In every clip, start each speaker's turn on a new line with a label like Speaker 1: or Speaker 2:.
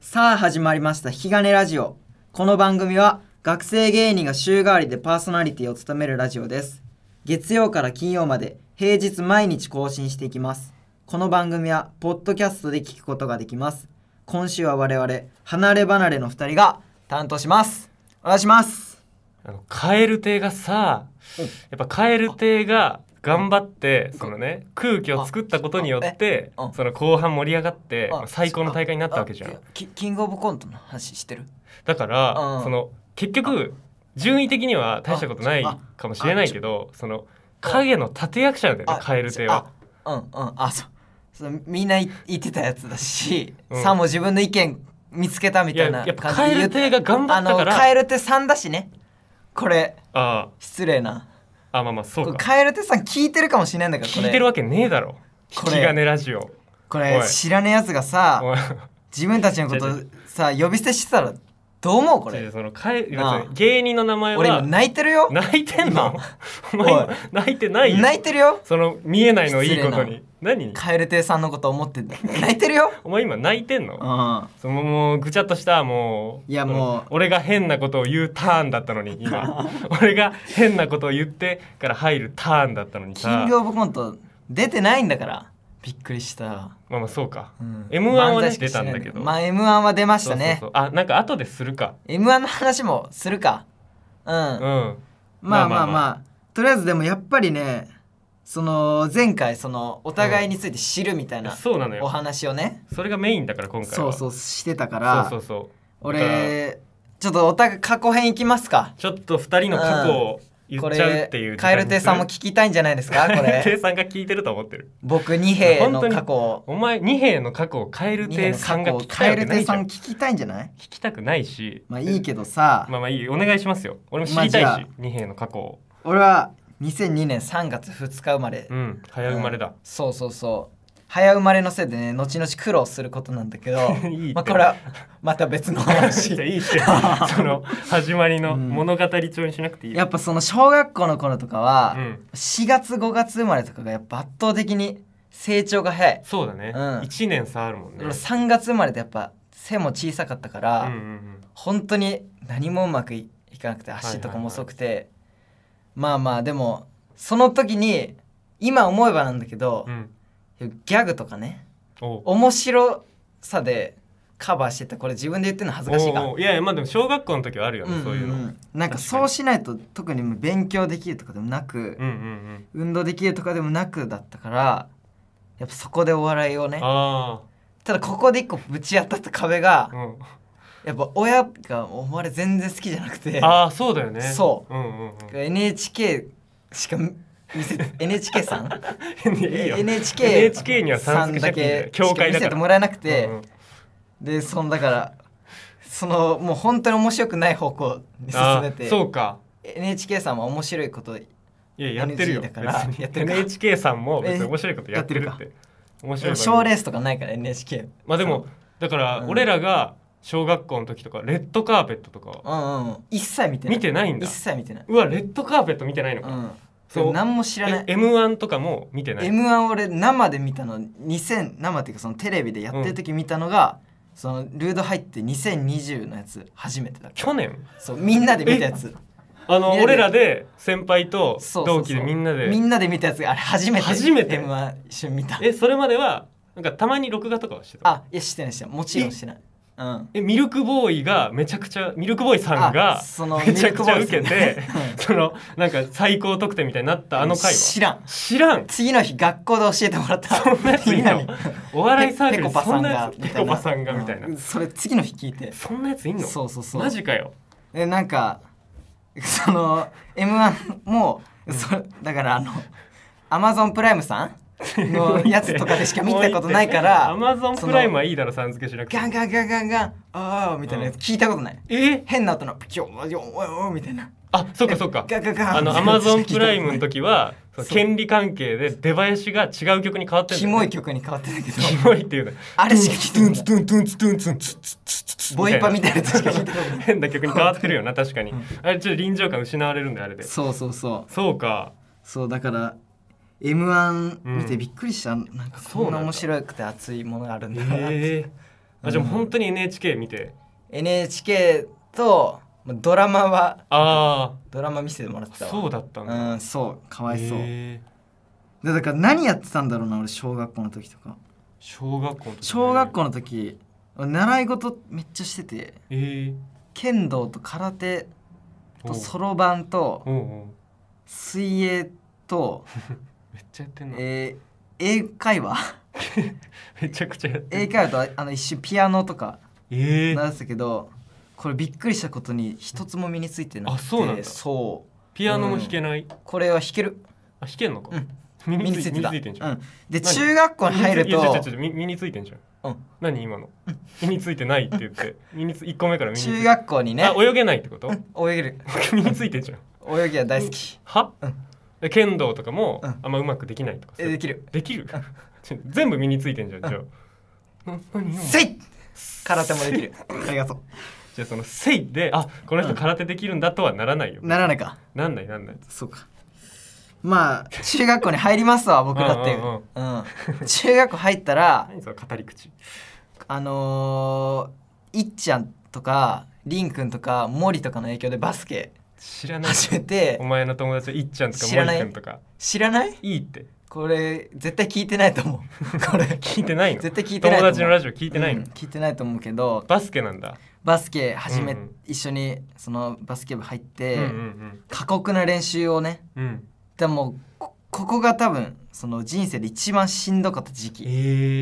Speaker 1: さあ始まりました引き金ラジオこの番組は学生芸人が週替わりでパーソナリティを務めるラジオです月曜から金曜まで平日毎日更新していきますこの番組はポッドキャストで聞くことができます今週は我々離れ離れの2人が担当しますお願いします
Speaker 2: あの蛙亭がさやっぱ蛙亭が頑張ってそのね空気を作ったことによって
Speaker 3: あえうん
Speaker 2: その後半盛り上がって
Speaker 3: あ
Speaker 2: 最高の大会になったわけじゃ
Speaker 3: あ
Speaker 2: ん
Speaker 3: キキングオブコントの話してる
Speaker 2: だから
Speaker 3: うん
Speaker 2: その結局順位的には大したことない
Speaker 3: あ
Speaker 2: かもしれないけどその影の立役者なんだよね
Speaker 3: あ
Speaker 2: 蛙亭は
Speaker 3: あうんうんあそうそうみんない言ってたやつだし、
Speaker 2: うん
Speaker 3: さも自分の意見見つけたみ
Speaker 2: い
Speaker 3: た
Speaker 2: や
Speaker 3: いな
Speaker 2: やっぱ
Speaker 3: 感じで言っ
Speaker 2: 蛙
Speaker 3: て
Speaker 2: 亭が頑張
Speaker 3: あ
Speaker 2: った
Speaker 3: の
Speaker 2: から
Speaker 3: カエルテさんだしねこれ
Speaker 2: あ
Speaker 3: 失礼な
Speaker 2: ああまあまあそうか
Speaker 3: カエルテさん聞いてるかもしれないんだからこ
Speaker 2: 聞
Speaker 3: れ
Speaker 2: いてるわけねえだろ引
Speaker 3: こ
Speaker 2: き
Speaker 3: れ
Speaker 2: 金ラジオ
Speaker 3: こ
Speaker 2: お
Speaker 3: れ
Speaker 2: い
Speaker 3: 知らねえやつがさ
Speaker 2: おい
Speaker 3: 自分たちのことさ呼び捨てしてたらどう思うこ
Speaker 2: 違う違
Speaker 3: れ
Speaker 2: う その蛙
Speaker 3: なあ
Speaker 2: 芸人の名前
Speaker 3: 俺今
Speaker 2: は
Speaker 3: 泣いてるよ
Speaker 2: 泣いてんの
Speaker 3: 今
Speaker 2: お前
Speaker 3: おい
Speaker 2: 泣いてないよ
Speaker 3: 泣いてるよ
Speaker 2: その見えないのいいことに何
Speaker 3: カエルテさんのこと思ってんだ泣いてる よ
Speaker 2: お前今泣いてん
Speaker 3: う
Speaker 2: の
Speaker 3: ん
Speaker 2: そのもうぐちゃっとしたもうい
Speaker 1: いやもう
Speaker 2: 俺が変なことを言うターンだったのに今俺が変なことを言ってから入るターンだったのに
Speaker 3: キ
Speaker 2: さ
Speaker 3: ングオブコント出てないんだからびっくりした、
Speaker 2: まあまあそうか、
Speaker 3: うん
Speaker 2: M1 は
Speaker 3: 漫
Speaker 2: ね
Speaker 3: 才しか
Speaker 2: 出
Speaker 3: して
Speaker 2: た
Speaker 3: なんい
Speaker 2: だけど
Speaker 3: まあ M1 は出まし
Speaker 2: そう
Speaker 3: たね
Speaker 2: そうそうあなんか後でするか
Speaker 3: M1 の話もするかうん、
Speaker 2: うんは
Speaker 1: まあま
Speaker 2: ま
Speaker 1: あ
Speaker 2: あ
Speaker 1: ま
Speaker 2: ま
Speaker 1: あ
Speaker 2: あ
Speaker 1: とりあえずでもやっぱりねその前
Speaker 3: 前回そのお互いについて知るみたいな、
Speaker 2: うんそうなのよ
Speaker 3: お話をね
Speaker 2: それがメインだから今回
Speaker 1: そう
Speaker 2: は
Speaker 1: そうしてたか
Speaker 2: そう
Speaker 1: ら
Speaker 2: そうそうだから
Speaker 3: 俺ちょっとお互い過去編いきますか
Speaker 2: ちょっと二人の過去を言
Speaker 3: こ
Speaker 2: っちゃうっていう
Speaker 3: れカエル亭さんも聞きたいんじゃない ですかこ
Speaker 2: 亭
Speaker 3: れ
Speaker 2: さんが聞いてると思ってる
Speaker 3: 僕二兵の
Speaker 2: 本当に
Speaker 3: 過去を
Speaker 2: お前二兵の過去を変える亭さんが聞きたい
Speaker 1: カ
Speaker 2: わ
Speaker 1: エ
Speaker 2: け
Speaker 1: ル
Speaker 2: な
Speaker 1: テ
Speaker 2: いじ
Speaker 1: さ
Speaker 2: ゃ
Speaker 1: ん
Speaker 2: ん
Speaker 1: 聞
Speaker 2: 聞
Speaker 1: きたいんじゃない
Speaker 2: きたくないし
Speaker 1: まあいいけどさ
Speaker 2: まあまあいいお願いしますよ俺も知
Speaker 1: まあ
Speaker 2: りたいし、
Speaker 1: じゃあ
Speaker 2: 二兵の過去を
Speaker 1: 俺は
Speaker 3: 2002年3月2日生まれ
Speaker 2: うん早生まれだ、
Speaker 3: そうそうそう早生まれのせいでね後々苦労することなんだけ ど
Speaker 2: いいって
Speaker 3: まあこれはまた別の 話
Speaker 2: じゃあいいってその始まりの物語調にしなくていいよ
Speaker 1: やっぱその小学校の頃とかは、
Speaker 2: うん
Speaker 3: 4月5月生まれとかがやっぱ圧倒的に成長が早い
Speaker 2: そうだね、
Speaker 3: うん
Speaker 2: 一年差あるもんね
Speaker 3: 俺3月生まれでやっぱ背も小さかったから、
Speaker 2: うんうん
Speaker 3: 本当に何もうまくいいかなくて足とかも細くて、まあまあでもその時に今思えばなんだけど
Speaker 2: うんう、ん
Speaker 3: ギャグとかね
Speaker 2: おう
Speaker 3: 面白さでカバーしてたこれ自分で言ってるの恥ずかしいか
Speaker 2: おうおういやいやまあでも小学校の時はあるよね、そういうのうん
Speaker 1: なんかそうしないと特に勉強できるとかでもなく、
Speaker 2: うんうん
Speaker 1: 運動できるとかでもなくだったから
Speaker 3: やっぱそこでお笑いをね
Speaker 2: あ
Speaker 3: ただここで一個ぶち当たった壁が
Speaker 2: あ、うん、
Speaker 3: やっぱ親がお前全然好きじゃなくて
Speaker 2: ああそうだよね、
Speaker 3: そう
Speaker 2: うんうんうん、
Speaker 3: NHK しか見せて NHK さん
Speaker 2: いいよ
Speaker 3: NHK,
Speaker 2: NHK にはさ
Speaker 3: さ
Speaker 2: ん
Speaker 3: ん
Speaker 2: 付けしな
Speaker 3: だ
Speaker 2: くていい
Speaker 3: け
Speaker 2: んだよ教会だか
Speaker 3: し
Speaker 2: ら
Speaker 3: か見せてもらえなくて、
Speaker 2: うんうん
Speaker 3: でそのだからそのもう本当に面白くない方向に進
Speaker 2: あ
Speaker 3: めて
Speaker 2: ーそうか
Speaker 3: NHK さんは面白いこと
Speaker 2: いややってるよ
Speaker 3: NG だから
Speaker 2: 別に
Speaker 3: やってるか
Speaker 2: NHK さんも別に面白いことやってる
Speaker 1: や
Speaker 2: っ
Speaker 1: って
Speaker 2: て面
Speaker 3: でも
Speaker 2: 白い番組
Speaker 3: 賞レースとかないから NHK
Speaker 2: まあでもだから
Speaker 3: うん
Speaker 2: 俺らが小学校の時とかレッドカーペットと
Speaker 3: う
Speaker 2: か
Speaker 3: んうん一切見てない
Speaker 2: 見てないんだ
Speaker 3: 一切見てないう
Speaker 2: わレッドカーペット見てないの
Speaker 3: う
Speaker 2: か
Speaker 3: ん
Speaker 2: そう
Speaker 3: でも何も知らない
Speaker 2: m 1とかも見てない
Speaker 3: m 1俺生で見たの2000生っていうかそのテレビでやってる時見たのが、そのルード入って2020のやつ初めてだっけ
Speaker 2: 去年
Speaker 3: そうみんなで見たやつ
Speaker 2: あの
Speaker 3: 見れる
Speaker 2: 俺らで先輩と
Speaker 3: そうそうそう
Speaker 2: 同期でみんなで
Speaker 3: みんなで見たやつあれ初めて
Speaker 2: 初めて
Speaker 3: m 1一緒に見た
Speaker 2: えそれまではなんかたまに録画とかはしてた
Speaker 3: あいやしてないしてないもちろんしてないうん
Speaker 2: えミルクボーイがめちゃくちゃミルクボーイさんが
Speaker 3: あその
Speaker 2: めちゃくちゃ受け
Speaker 3: ミルク
Speaker 2: て
Speaker 3: ボーイさんね
Speaker 2: そのなんか最高得点みたいになったあの回は
Speaker 3: 知らん
Speaker 2: 知らん
Speaker 3: 次の日学校で教えてもらった
Speaker 2: そんなやつい
Speaker 3: み
Speaker 2: い
Speaker 3: んな
Speaker 2: の
Speaker 3: に
Speaker 2: お笑いサークル
Speaker 3: ペ
Speaker 2: に
Speaker 3: コパ
Speaker 2: そ
Speaker 3: さん
Speaker 2: んなや
Speaker 3: が
Speaker 2: つペコパさんがみたいな
Speaker 3: うそれ次の日聞いて
Speaker 2: そんなやついんの
Speaker 3: そうそうそう
Speaker 2: マジかよ
Speaker 3: えなんかその m 1も、そだからあのアマゾンプライムさん のやつとかでしか見たことないから
Speaker 2: アマゾンプライムはいいだろさん付けしなくて
Speaker 3: ガンガンガンガンガンああみたいなやつ聞いたことない、
Speaker 2: えー
Speaker 3: 変な音のピキョンワジョンワヨンみたいな
Speaker 2: あそっかそっか
Speaker 3: ガンガンガン
Speaker 2: あのアマゾンプライムの時は
Speaker 3: そう
Speaker 2: 権利関係で出囃子が違う曲に変わってる
Speaker 3: キモい曲に変わってたけど
Speaker 2: キモいっていうの
Speaker 3: あれしか聞いてない
Speaker 2: トゥントゥントゥントゥンツンツンツンツン
Speaker 3: ボイパみたいなやつしか聞いてない
Speaker 2: な変な曲に変わってるよな確かにあれちょっと臨場感失われるんだよあれで
Speaker 1: そうそうそう
Speaker 2: そうか
Speaker 1: そうだから m 1見て
Speaker 2: うん
Speaker 1: びっくりした、なんか
Speaker 2: そう
Speaker 3: こんな
Speaker 2: な
Speaker 3: ん
Speaker 2: だ
Speaker 3: 面白くて熱いものがあるんだなって、
Speaker 2: えあじゃあもう本当に NHK 見て
Speaker 3: NHK とまあドラマは
Speaker 2: あ
Speaker 3: ドラマ見せてもらって
Speaker 2: あ
Speaker 3: たわ
Speaker 2: そうだったんだ、
Speaker 3: うんそう
Speaker 1: かわいそう
Speaker 2: へえ
Speaker 1: でだから何やってたんだろうな俺小学校の時とか
Speaker 2: 小学校の時
Speaker 1: 小学校の時習い事めっちゃしてて
Speaker 2: ええ
Speaker 3: 剣道と空手
Speaker 2: お
Speaker 3: と
Speaker 2: う
Speaker 3: そろばんと
Speaker 2: おうおう
Speaker 3: 水泳 と、
Speaker 2: めっちゃやってんな、
Speaker 3: えー英会 話
Speaker 2: めちゃくちゃやって
Speaker 3: 英
Speaker 2: る
Speaker 3: 会話とあの一瞬ピアノとか
Speaker 2: ええ
Speaker 3: 習ってたけどこれびっくりしたことに一つも身についてなくて
Speaker 2: あそうなんだ
Speaker 3: そう
Speaker 2: ピアノも弾けない、
Speaker 3: これは弾ける
Speaker 2: あ弾けんのか、
Speaker 3: うん
Speaker 2: 身
Speaker 3: 身
Speaker 2: に
Speaker 3: に
Speaker 2: つ
Speaker 3: つ
Speaker 2: い
Speaker 3: いて
Speaker 2: 身に
Speaker 3: た
Speaker 2: ついてんじゃん、
Speaker 3: うん、で中学校に入る
Speaker 2: いや
Speaker 3: と
Speaker 2: ちょちょちょ身身についてんじゃん、
Speaker 3: うん
Speaker 2: 何今の身についてないって言って身につ1個目から身について
Speaker 3: 中学校にね
Speaker 2: あ泳げないってこと
Speaker 3: 泳げる
Speaker 2: 身についてんじゃん
Speaker 3: 泳ぎは大好き
Speaker 2: は、
Speaker 3: うん
Speaker 2: え剣道とかも、
Speaker 3: うん
Speaker 2: あんまうまくできないとか
Speaker 3: えできる
Speaker 2: できるちょ全部身についてんじゃんじゃあ、な何今の
Speaker 3: せい空手もできる
Speaker 1: ありがと
Speaker 2: じゃあその「せい」であこの人空手できるんだとはならないよ、
Speaker 1: うならないか
Speaker 2: なんないなんない
Speaker 1: そうか
Speaker 3: まあ中学校に入ります わ僕だって
Speaker 2: うんうん
Speaker 3: うん中学校入ったら
Speaker 2: 何その語り口
Speaker 3: あのー、いっちゃんとかりんくんとか森とかの影響でバスケ
Speaker 2: 知らない
Speaker 3: 始め
Speaker 2: お
Speaker 3: て
Speaker 2: 前の友達いっちゃんとか
Speaker 3: 知ら
Speaker 2: 森
Speaker 3: ない
Speaker 2: くんとか
Speaker 3: 知らない
Speaker 2: いいって
Speaker 3: これ絶対聞いてないと思 うこれ
Speaker 2: 聞いてないの
Speaker 3: 絶対聞いてないと
Speaker 2: 友
Speaker 3: 思う
Speaker 2: 達のラジオ聞いてないの、
Speaker 3: うん聞いてないと思うけど
Speaker 2: バスケなんだ、
Speaker 3: バスケ始め、
Speaker 2: うんうん
Speaker 3: 一緒にそのバスケ部入って、
Speaker 2: うんうん
Speaker 3: 過酷な練習をね
Speaker 2: うんうん
Speaker 3: でもこここが多分その人生で一番しんどかった時期
Speaker 2: ええ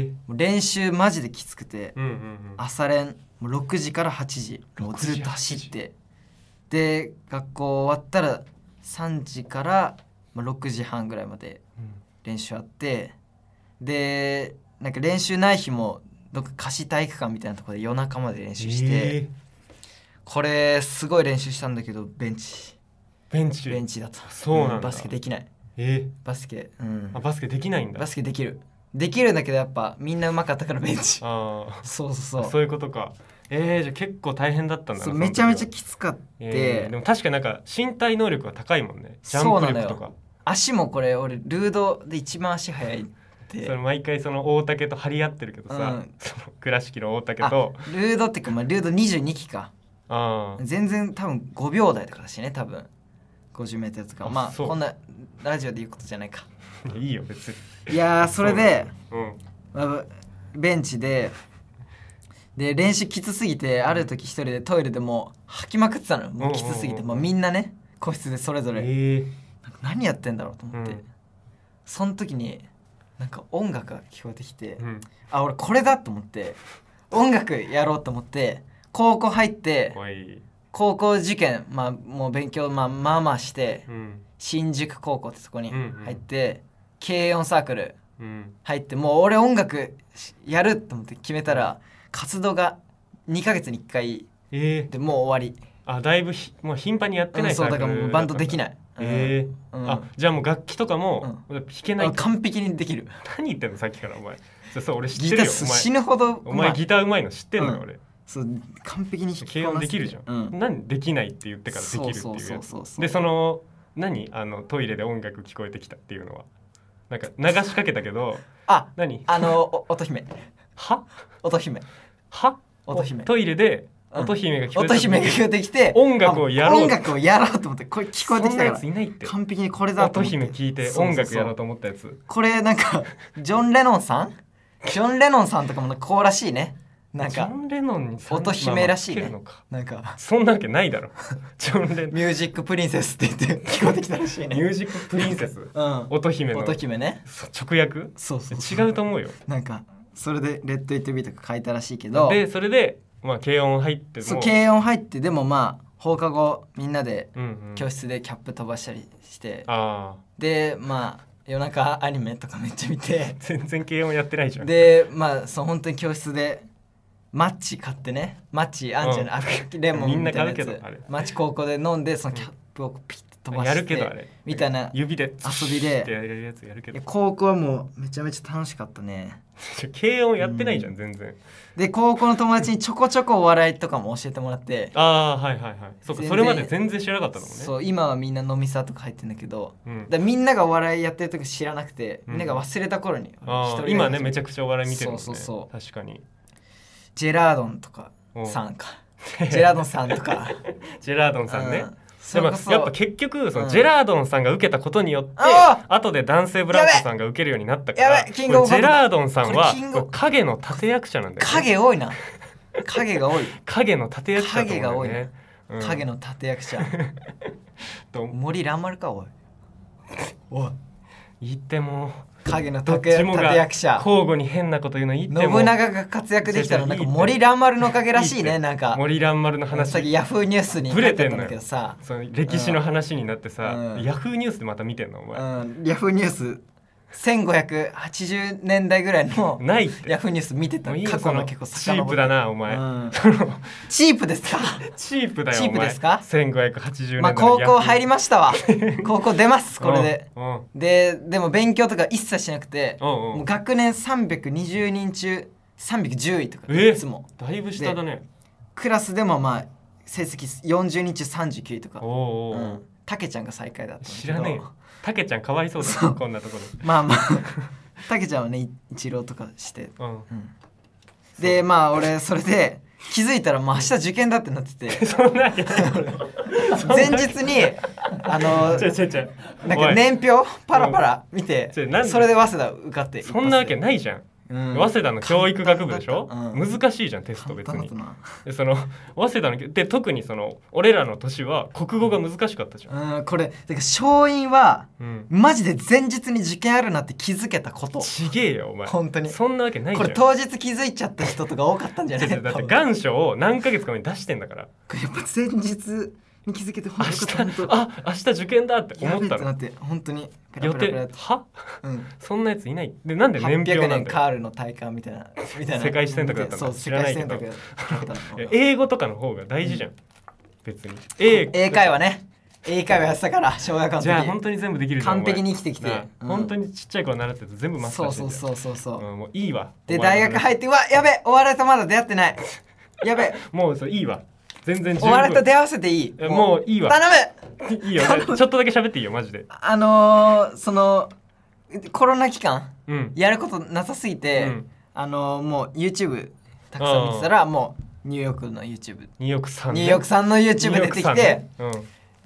Speaker 2: ー、
Speaker 3: もう練習マジできつくて、
Speaker 2: うんうんうん
Speaker 3: 朝練もう6時から8時もう
Speaker 2: 6時
Speaker 3: ずっと走ってで学校終わったら3時からまあ6時半ぐらいまで
Speaker 2: うん
Speaker 3: 練習あってでなんか練習ない日もどっか貸し体育館みたいなところで夜中まで練習して、
Speaker 2: えー
Speaker 3: これすごい練習したんだけどベンチ
Speaker 2: ベンチ
Speaker 3: ベンチだった
Speaker 2: そうなんだ
Speaker 3: バスケできない
Speaker 2: え
Speaker 3: バスケうん
Speaker 2: ー、あバスケできないんだ
Speaker 3: バスケできるできるんだけどやっぱみんなうまかったからベン チ
Speaker 2: あ
Speaker 3: そうそ
Speaker 2: あ
Speaker 3: う
Speaker 2: そ
Speaker 3: そう
Speaker 2: ういうことかえー、じゃあ結構大変だったんだな
Speaker 3: そう
Speaker 2: その
Speaker 3: め
Speaker 2: 時
Speaker 3: ちゃ
Speaker 2: は
Speaker 3: めちゃきつかって、
Speaker 2: えーでも確かになんか身体能力は高いもんねジャ
Speaker 3: そ
Speaker 2: ン
Speaker 3: うな
Speaker 2: プ
Speaker 3: の
Speaker 2: 力
Speaker 3: よ
Speaker 2: とか
Speaker 3: 足もこれ俺ルードで一番足速いって
Speaker 2: その毎回その大竹と張り合ってるけどさ、
Speaker 3: うん
Speaker 2: その倉敷の大竹
Speaker 3: あ
Speaker 2: と
Speaker 3: ルードっていうか、まあ、ルード22期か
Speaker 2: あー
Speaker 3: 全然多分5秒台とかだしね多分 50m とか
Speaker 2: あ
Speaker 3: まあ
Speaker 2: そう
Speaker 3: こんなラジオで言うことじゃないか
Speaker 2: いいよ別に
Speaker 1: いやーそれで
Speaker 2: うなんだ
Speaker 3: まあベンチでで練習きつすぎてある時一人でトイレでもう吐きまくってたのよもうきつすぎ
Speaker 2: うんうんうんう
Speaker 3: て
Speaker 2: ん
Speaker 3: もうみんなね個室でそれぞ
Speaker 2: うん
Speaker 3: れ
Speaker 2: えー、
Speaker 3: なんか何やってんだろうと思って、
Speaker 2: うん
Speaker 3: その時になんか音楽が聞こえてきて、
Speaker 2: うん
Speaker 3: あ俺これだと思って音楽やろうと思って高校入って
Speaker 2: おい
Speaker 3: 高校受験まあもう勉強まあまあまあして
Speaker 2: うん
Speaker 3: 新宿高校ってとこに
Speaker 2: うんうん
Speaker 3: 入って軽音サークル
Speaker 2: うん
Speaker 3: 入ってもう俺音楽しやると思って決めたら活動が2ヶ月に1回
Speaker 2: えー、
Speaker 3: でもう終わり
Speaker 2: あだいぶひもう頻繁にやってな
Speaker 3: う
Speaker 2: い
Speaker 3: んそうだからもうバンドできないい、
Speaker 2: えー
Speaker 3: うんうん
Speaker 2: あじゃあもう楽器とかも弾けない
Speaker 3: あ完璧にできる
Speaker 2: 何言ってんのさっきからお前それそう俺知っ
Speaker 3: ギ
Speaker 2: て
Speaker 3: タ
Speaker 2: る
Speaker 3: ー
Speaker 2: よ
Speaker 3: す死ぬほど
Speaker 2: お前お前
Speaker 3: うまい
Speaker 2: ギターうまいの知ってんのよ、
Speaker 3: うん
Speaker 2: 俺
Speaker 3: そう完璧に弾きこなせ
Speaker 2: 軽音できるじゃん、
Speaker 3: うん、
Speaker 2: 何できないって言ってからできるっていうやつ
Speaker 3: そうそうそうそう
Speaker 2: でその何あのトイレで音楽聞こえてきたっていうのはなんか流しかけたけど
Speaker 3: あ
Speaker 2: 何
Speaker 3: あのお乙姫
Speaker 2: は
Speaker 3: 乙姫
Speaker 2: は
Speaker 3: 音姫
Speaker 2: おトイレで
Speaker 3: うん
Speaker 2: 音姫が聞こえ
Speaker 3: 乙
Speaker 2: て
Speaker 3: 姫が聞こえてきて
Speaker 2: 音楽をやろう
Speaker 3: あ音楽をやろうと思ってこれ聞こえてき
Speaker 2: そん
Speaker 3: た
Speaker 2: なや
Speaker 3: か
Speaker 2: ついないって
Speaker 3: ら完璧にこれだと
Speaker 2: 音
Speaker 3: 思って
Speaker 2: 姫聞いて
Speaker 3: そうそうそう
Speaker 2: 音楽やろうと思ったやつ
Speaker 3: これなんかジョン・レノンさんジョン・レノンさんとかもこうらしいねなん
Speaker 2: ジョ
Speaker 3: か
Speaker 2: ン・レノンに
Speaker 3: 音姫らしいね
Speaker 2: まあまあつけるのか
Speaker 3: なんか
Speaker 2: そんなわけないだろ ジョン・レノン
Speaker 3: ミュージック・プリンセスって言って聞こえてきたらしい
Speaker 2: ミュ
Speaker 3: ね
Speaker 2: ージック・プリン セス
Speaker 3: うん
Speaker 2: 音姫の
Speaker 3: 音姫ね
Speaker 2: そう直訳
Speaker 3: そうそうそう
Speaker 2: 違うと思うよ
Speaker 3: なんかそれで「レッド・イット・ビー」とか書いたらしいけど
Speaker 2: でそれでまあ軽音入って
Speaker 3: そう
Speaker 2: も
Speaker 3: 軽音入ってでもまあ放課後みんなで
Speaker 2: うんうん
Speaker 3: 教室でキャップ飛ばしたりして、
Speaker 2: ああ
Speaker 3: でまあ夜中アニメとかめっちゃ見 て
Speaker 2: 全然軽音やってないじゃん
Speaker 3: でまあそう本当に教室でマッチ買ってねマッチあんじゃ
Speaker 2: うん
Speaker 3: ない、あレモンみたいなや
Speaker 2: みんな買うけ
Speaker 3: つ
Speaker 2: どあれ
Speaker 3: マッチ高校で飲んでそのキャップをピッて飛ばして
Speaker 2: やるけどあれ
Speaker 3: みたいな
Speaker 2: 指で
Speaker 3: 遊びで
Speaker 2: ってやれるやつやるけ
Speaker 3: いや
Speaker 2: ど
Speaker 3: 高校はもうめちゃめちゃ楽しかったね
Speaker 2: 軽音やってないじゃん全然
Speaker 3: で高校の友達にちょこちょこお笑いとかも教えてもらって
Speaker 2: ああはいはいはいそう
Speaker 3: 全
Speaker 2: か
Speaker 3: 然
Speaker 2: それまで全然知らなかったのもんね
Speaker 3: そう今はみんな飲みさとか入ってんだけど
Speaker 2: うん
Speaker 3: だからみんながお笑いやってる時知らなくて、
Speaker 2: うん
Speaker 3: みんなが忘れた頃に
Speaker 2: あ
Speaker 3: 一
Speaker 2: ー
Speaker 3: 人
Speaker 2: 今ねめ
Speaker 3: ち
Speaker 2: ちゃくちゃお笑い見てるもんね
Speaker 3: そうそうそ
Speaker 2: 確かに
Speaker 3: ジェラードンとかさん かジェラードンさんとか
Speaker 2: ジェラードンさんね、
Speaker 3: うんそ
Speaker 2: でも
Speaker 3: れこそ
Speaker 2: やっぱ結局その、
Speaker 3: うん
Speaker 2: ジェラードンさんが受けたことによって
Speaker 3: あ
Speaker 2: 後で男性ブランコさんが受けるようになったから
Speaker 3: やばいキングオブ
Speaker 2: これジェラードンさんは
Speaker 3: これキングオブ
Speaker 2: これ影の立役者なんだよ、ね、
Speaker 3: 影多いな影が多い
Speaker 2: 影の立役者だと思うんだよねうん
Speaker 3: 影の立役 者
Speaker 2: と
Speaker 3: 森蘭丸かおいおい
Speaker 2: 言っても
Speaker 3: 影の
Speaker 2: どっ
Speaker 3: 立
Speaker 2: ちも
Speaker 3: 役
Speaker 2: が
Speaker 3: 立役者
Speaker 2: 交互に変なこと言うの言っても
Speaker 3: 信長が活躍できたのなんか森蘭丸のおかげらしいねなんか
Speaker 2: 森蘭丸の
Speaker 3: さっき
Speaker 2: 話
Speaker 3: ヤフーニュースに
Speaker 2: ブレてん
Speaker 3: 書い
Speaker 2: の
Speaker 3: あ
Speaker 2: よ
Speaker 3: っただけどさ、
Speaker 2: その歴史の話になってさ、
Speaker 3: うん
Speaker 2: ヤフーニュースでまた見てんのお前、
Speaker 3: うん、ヤフーニュース1580年代ぐらいの
Speaker 2: ないって
Speaker 3: ヤフーニュース見てた
Speaker 2: もういいよ
Speaker 3: 過去の結構
Speaker 2: そのチープだ
Speaker 3: な、
Speaker 2: なお前、
Speaker 3: うん、
Speaker 2: その
Speaker 3: チープですか
Speaker 2: チープだよ
Speaker 3: チープ
Speaker 2: お前
Speaker 3: ですか
Speaker 2: 1580年
Speaker 3: まあ高校入りましたわ高校出ますこれで
Speaker 2: うんうん
Speaker 3: ででも勉強とか一切しなくて
Speaker 2: うんうん
Speaker 3: もう学年320人中310位とか
Speaker 2: え
Speaker 3: いつも
Speaker 2: だいぶ下だね
Speaker 3: クラスでもまあ成績40人中39位とか
Speaker 2: おおうおう、
Speaker 3: うんたけちゃんが最下位だったんだけど
Speaker 2: 知らねえよたけちゃんかわいそうだよこんなとこ
Speaker 3: まあまあたけちゃんはねい一郎とかして
Speaker 2: ろ、うん、
Speaker 3: でまあ俺それで気づいたらもう明日受験だってなってて
Speaker 2: そんなわけ ない
Speaker 3: 前日にあの
Speaker 2: ちょちょちょ
Speaker 3: なんか年表パラパラ見て
Speaker 2: ちょなんで
Speaker 3: それで早稲田受かって
Speaker 2: おいそんなわけ
Speaker 3: い、
Speaker 2: ないじゃん
Speaker 3: うん
Speaker 2: 早稲田の教育学部でしょ、
Speaker 3: 簡単だった
Speaker 2: 難しいじゃんテスト
Speaker 3: 簡
Speaker 2: 別
Speaker 3: 単だっ
Speaker 2: に
Speaker 3: たな
Speaker 2: でその早稲田ので特にその俺らの年は国語が難しかったじゃん、
Speaker 3: うんこれだから勝因は
Speaker 2: うん、
Speaker 3: マジで前日に受験あるなって気づけたこと
Speaker 2: ちげえよお前
Speaker 3: 本当に
Speaker 2: そんなわけないじ
Speaker 3: こ
Speaker 2: ゃん
Speaker 3: れ当日気づいちゃった人とか多かったんじゃない
Speaker 2: 違う違うだっ
Speaker 3: 多
Speaker 2: て
Speaker 3: 分
Speaker 2: 願書を何ヶ月か前に出してんだから
Speaker 3: これやっぱ前日に気づけてほ
Speaker 2: 明
Speaker 3: し
Speaker 2: 日
Speaker 3: かった
Speaker 2: あ明日受験だって
Speaker 3: や
Speaker 2: 思
Speaker 3: べ
Speaker 2: っ
Speaker 3: えったてな
Speaker 2: の
Speaker 3: って本当にペ
Speaker 2: 予
Speaker 3: ラペラペラっ
Speaker 2: 定
Speaker 3: て
Speaker 2: は
Speaker 3: うん
Speaker 2: そんなやついないでなんで年表
Speaker 3: 800年
Speaker 2: なんだよ
Speaker 3: カールの体感みたいなみたいな
Speaker 2: 世界史選択だったんだ
Speaker 3: そう
Speaker 2: 知
Speaker 3: 世
Speaker 2: らな
Speaker 3: 界
Speaker 2: いけ
Speaker 3: 史選
Speaker 2: ど
Speaker 3: 択だったの
Speaker 2: いや英語とかの方が大事じゃん、別に英
Speaker 3: 英会話ね英会話やってた から小学校の時
Speaker 2: じゃあ本当に全部できるじゃん
Speaker 3: 完璧に
Speaker 2: お
Speaker 3: 生きてき
Speaker 2: 前
Speaker 3: て
Speaker 2: なあ本当
Speaker 3: に
Speaker 2: にちっちゃい頃習ってたやつ全部マスタ
Speaker 3: そ
Speaker 2: ー
Speaker 3: う
Speaker 2: して
Speaker 3: そ
Speaker 2: ん
Speaker 3: う
Speaker 2: だよ
Speaker 3: そうそうそう
Speaker 2: うんもういいわ
Speaker 3: で大学入
Speaker 2: っ
Speaker 3: ってうわやべお笑いとまだ出会って ないやべ
Speaker 2: もうそういいわ全然十
Speaker 3: お
Speaker 2: 分
Speaker 3: 笑いと出会わせていい
Speaker 2: えもういいわ
Speaker 3: 頼む
Speaker 2: いいよちょっとだけ喋っていいよマジで
Speaker 3: あのーそのコロナ期間
Speaker 2: うん
Speaker 3: やることなさすぎて、
Speaker 2: うん
Speaker 3: あのーもう YouTube たくさん見てたらもうニューヨークの YouTube
Speaker 2: ニューヨークさん
Speaker 3: ニューヨークさんの YouTube 出てきて、
Speaker 2: うん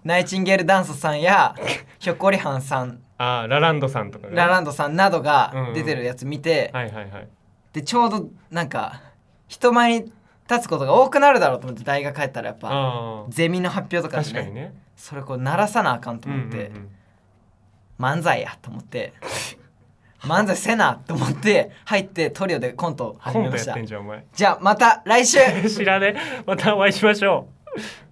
Speaker 3: ナイチンゲールダンスさん やひょっこりはんさん
Speaker 2: あーラランドさんとかね
Speaker 3: ラランドさんなど
Speaker 2: うんう
Speaker 3: が
Speaker 2: ん
Speaker 3: 出てるやつ見て、
Speaker 2: はいはいはい
Speaker 3: でちょうどなんか人前に立つことが多くなるだろうと思って大学帰ったらやっぱ
Speaker 2: あー
Speaker 3: ゼミの発表とかで
Speaker 2: 確か
Speaker 3: ね
Speaker 2: にね
Speaker 3: それこう鳴らさなあかんと
Speaker 2: うんうん
Speaker 3: 思
Speaker 2: う
Speaker 3: って、
Speaker 2: ん
Speaker 3: 漫才やと思って 漫才せなと思って入ってトリオでコントを始
Speaker 2: コ
Speaker 3: め
Speaker 2: ント
Speaker 3: まし
Speaker 2: やったてんじゃんお前
Speaker 3: じゃあまた来週
Speaker 2: 知らねまたお会いしましょう